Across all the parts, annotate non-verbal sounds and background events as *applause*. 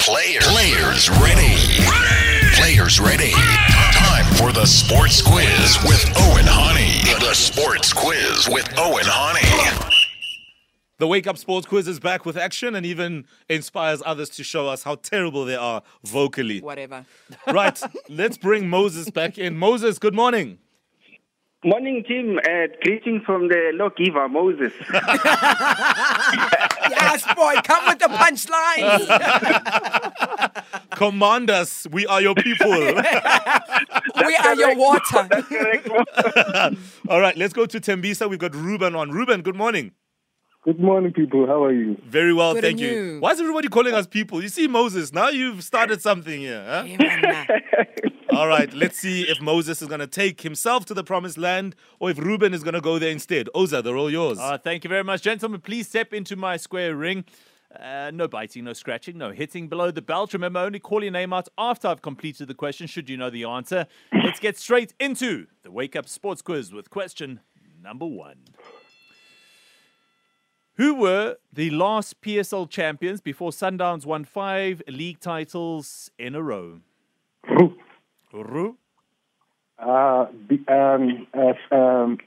Player. Players ready. Players ready. Time for the sports quiz with Owen Honey. The sports quiz with Owen Honey. The Wake Up Sports Quiz is back with action and even inspires others to show us how terrible they are vocally. Whatever. Right, let's bring Moses back in. Moses, good morning. Morning, team. Uh, greeting from the Lokiva, Moses. Yes, boy, come with the punchlines. Command us, we are your *laughs* people. we are your water. Correct, Mo? All right, let's go to Tembisa. We've got Ruben on. Ruben, good morning. Good morning, people. How are you? Very well, Good thank on you. you. Why is everybody calling us people? You see, Moses, now you've started something here. *laughs* Huh? Yeah, man, nah. All right, let's see if Moses is going to take himself to the promised land or if Ruben is going to go there instead. Oza, they're all yours. Uh, thank you very much, gentlemen. Please step into my square ring. Uh, no biting, no scratching, no hitting below the belt. Remember, only call your name out after I've completed the question, should you know the answer. Let's get straight into the Wake Up Sports Quiz with question number one. Who were the last PSL champions before Sundowns won five league titles in a row? Ru? Uh, the, um, uh, um,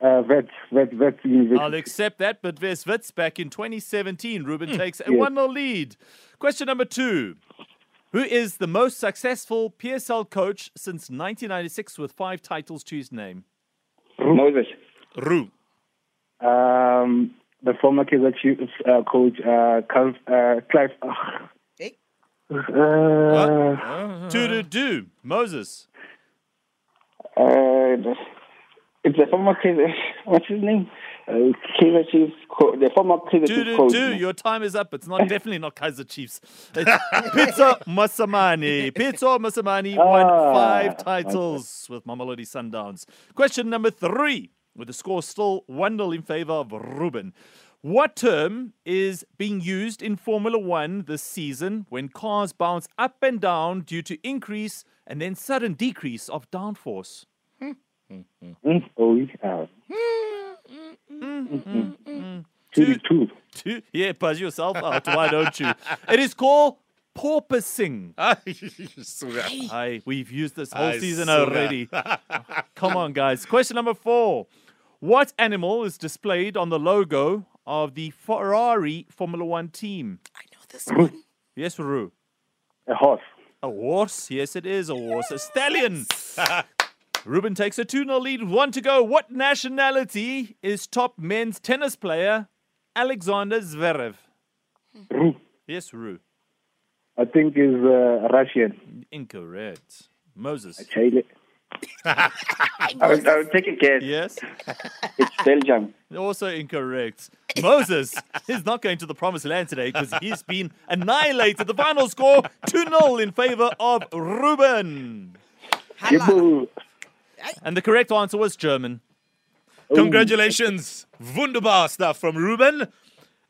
uh, vet, vet, vet *laughs* I'll university. accept that, but Ves Wits back in 2017, Ruben takes a 1 0 lead. Question number two Who is the most successful PSL coach since 1996 with five titles to his name? Moses. Ru. Um, the former Kaiser Chiefs uh, coach, uh, Cal- uh, Clive. ah. Hey. Uh, To do do, Moses. Uh, it's the former Kaiser. What's his name? Uh, Kaiser Chiefs. Co- the former Kaiser Do Chiefs do coach. do, your time is up. It's not definitely not Kaiser Chiefs. It's Pizza Masamani. Pizza Masamani won Ah, five titles with Mamelodi Sundowns. Question number three, with the score still 1 0 in favor of Ruben. What term is being used in Formula One this season when cars bounce up and down due to increase and then sudden decrease of downforce? mm, oh, yeah. Two, two. Two- Yeah, buzz yourself out. Why don't you? It is called porpoising. *laughs* Suga. Aye, we've used this whole Aye, season so already. Come on, guys. Question number four. What animal is displayed on the logo of the Ferrari Formula One team? I know this one. Yes, Ru. A horse. A horse. Yes, it is a horse. A stallion. *laughs* Ruben takes a 2 0 lead. with One to go. What nationality is top men's tennis player Alexander Zverev? Ru. Yes, Ru. I think is uh, Russian. Incorrect. Moses. *laughs* *laughs* Chile. I will, I will take a guess. Yes. It's Belgium. Also incorrect. Moses is not going to the promised land today because he's been annihilated. The final score 2 0 in favor of Ruben. Hello. Ooh, And the correct answer was German. Congratulations. Wunderbar stuff from Ruben.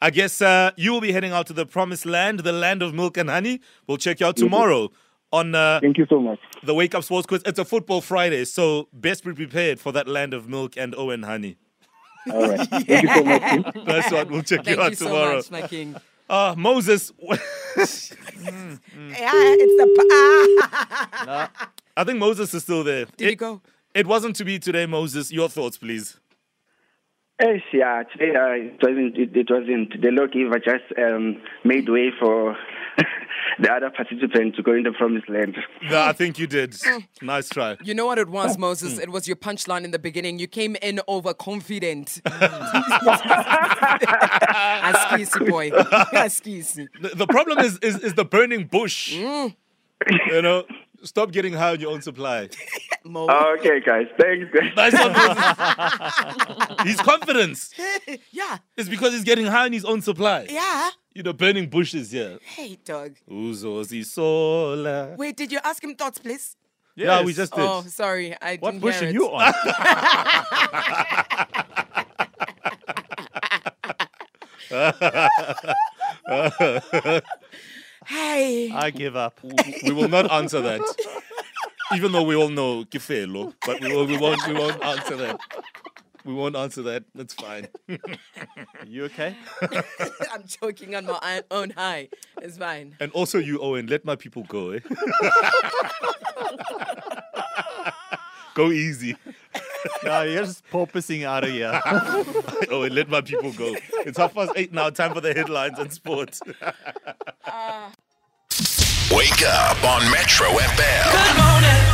I guess uh, you will be heading out to the promised land, the land of milk and honey. We'll check you out tomorrow on uh, Thank you so much. the Wake Up Sports Quiz. It's a football Friday, so best be prepared for that land of milk and Owen honey. All right. Thank you so much. team. That's what we'll check you *laughs* Thank out you so tomorrow. much, my king. uh, Moses, *laughs* Yeah, it's the. Pa- ah. I think Moses is still there. Did it, you go? it wasn't to be today, Moses. Your thoughts, please. Yes, yeah. Today uh, it wasn't. It, it wasn't. The Lokiva just um, made way for *laughs* the other participant to go into promised land. Mm. No, I think you did. Nice try. You know what it was, Moses? It was your punchline in the beginning. You came in overconfident. *laughs* Askisi, boy. Askisi. The, the problem is, is is the burning bush. Mm. You know, stop getting high on your own *laughs* supply. Mo. Okay, guys. Thanks. guys. Nice one, Moses. *laughs* His confidence yeah, is because he's getting high on his own supply. yeah. You know, burning bushes here. Hey, dog. Uzozi sola. Wait, did you ask him thoughts, please? Yeah, Yes. we just did. Oh, sorry. I What didn't bush hear are it. you on? Hey. I give up. *laughs* We will not answer that. Even though we all know Kifelo, but we, will, we won't we won't answer that. We won't answer that. That's fine. Are you okay? *laughs* I'm joking on my i- own high. It's fine. and also you, Owen, let my people go. Eh? go *laughs* easy. no, you're just porpoising out of here. *laughs* Owen, let my people go. It's half past eight now. Time for the headlines and sports. Wake up on Metro FM. Good morning.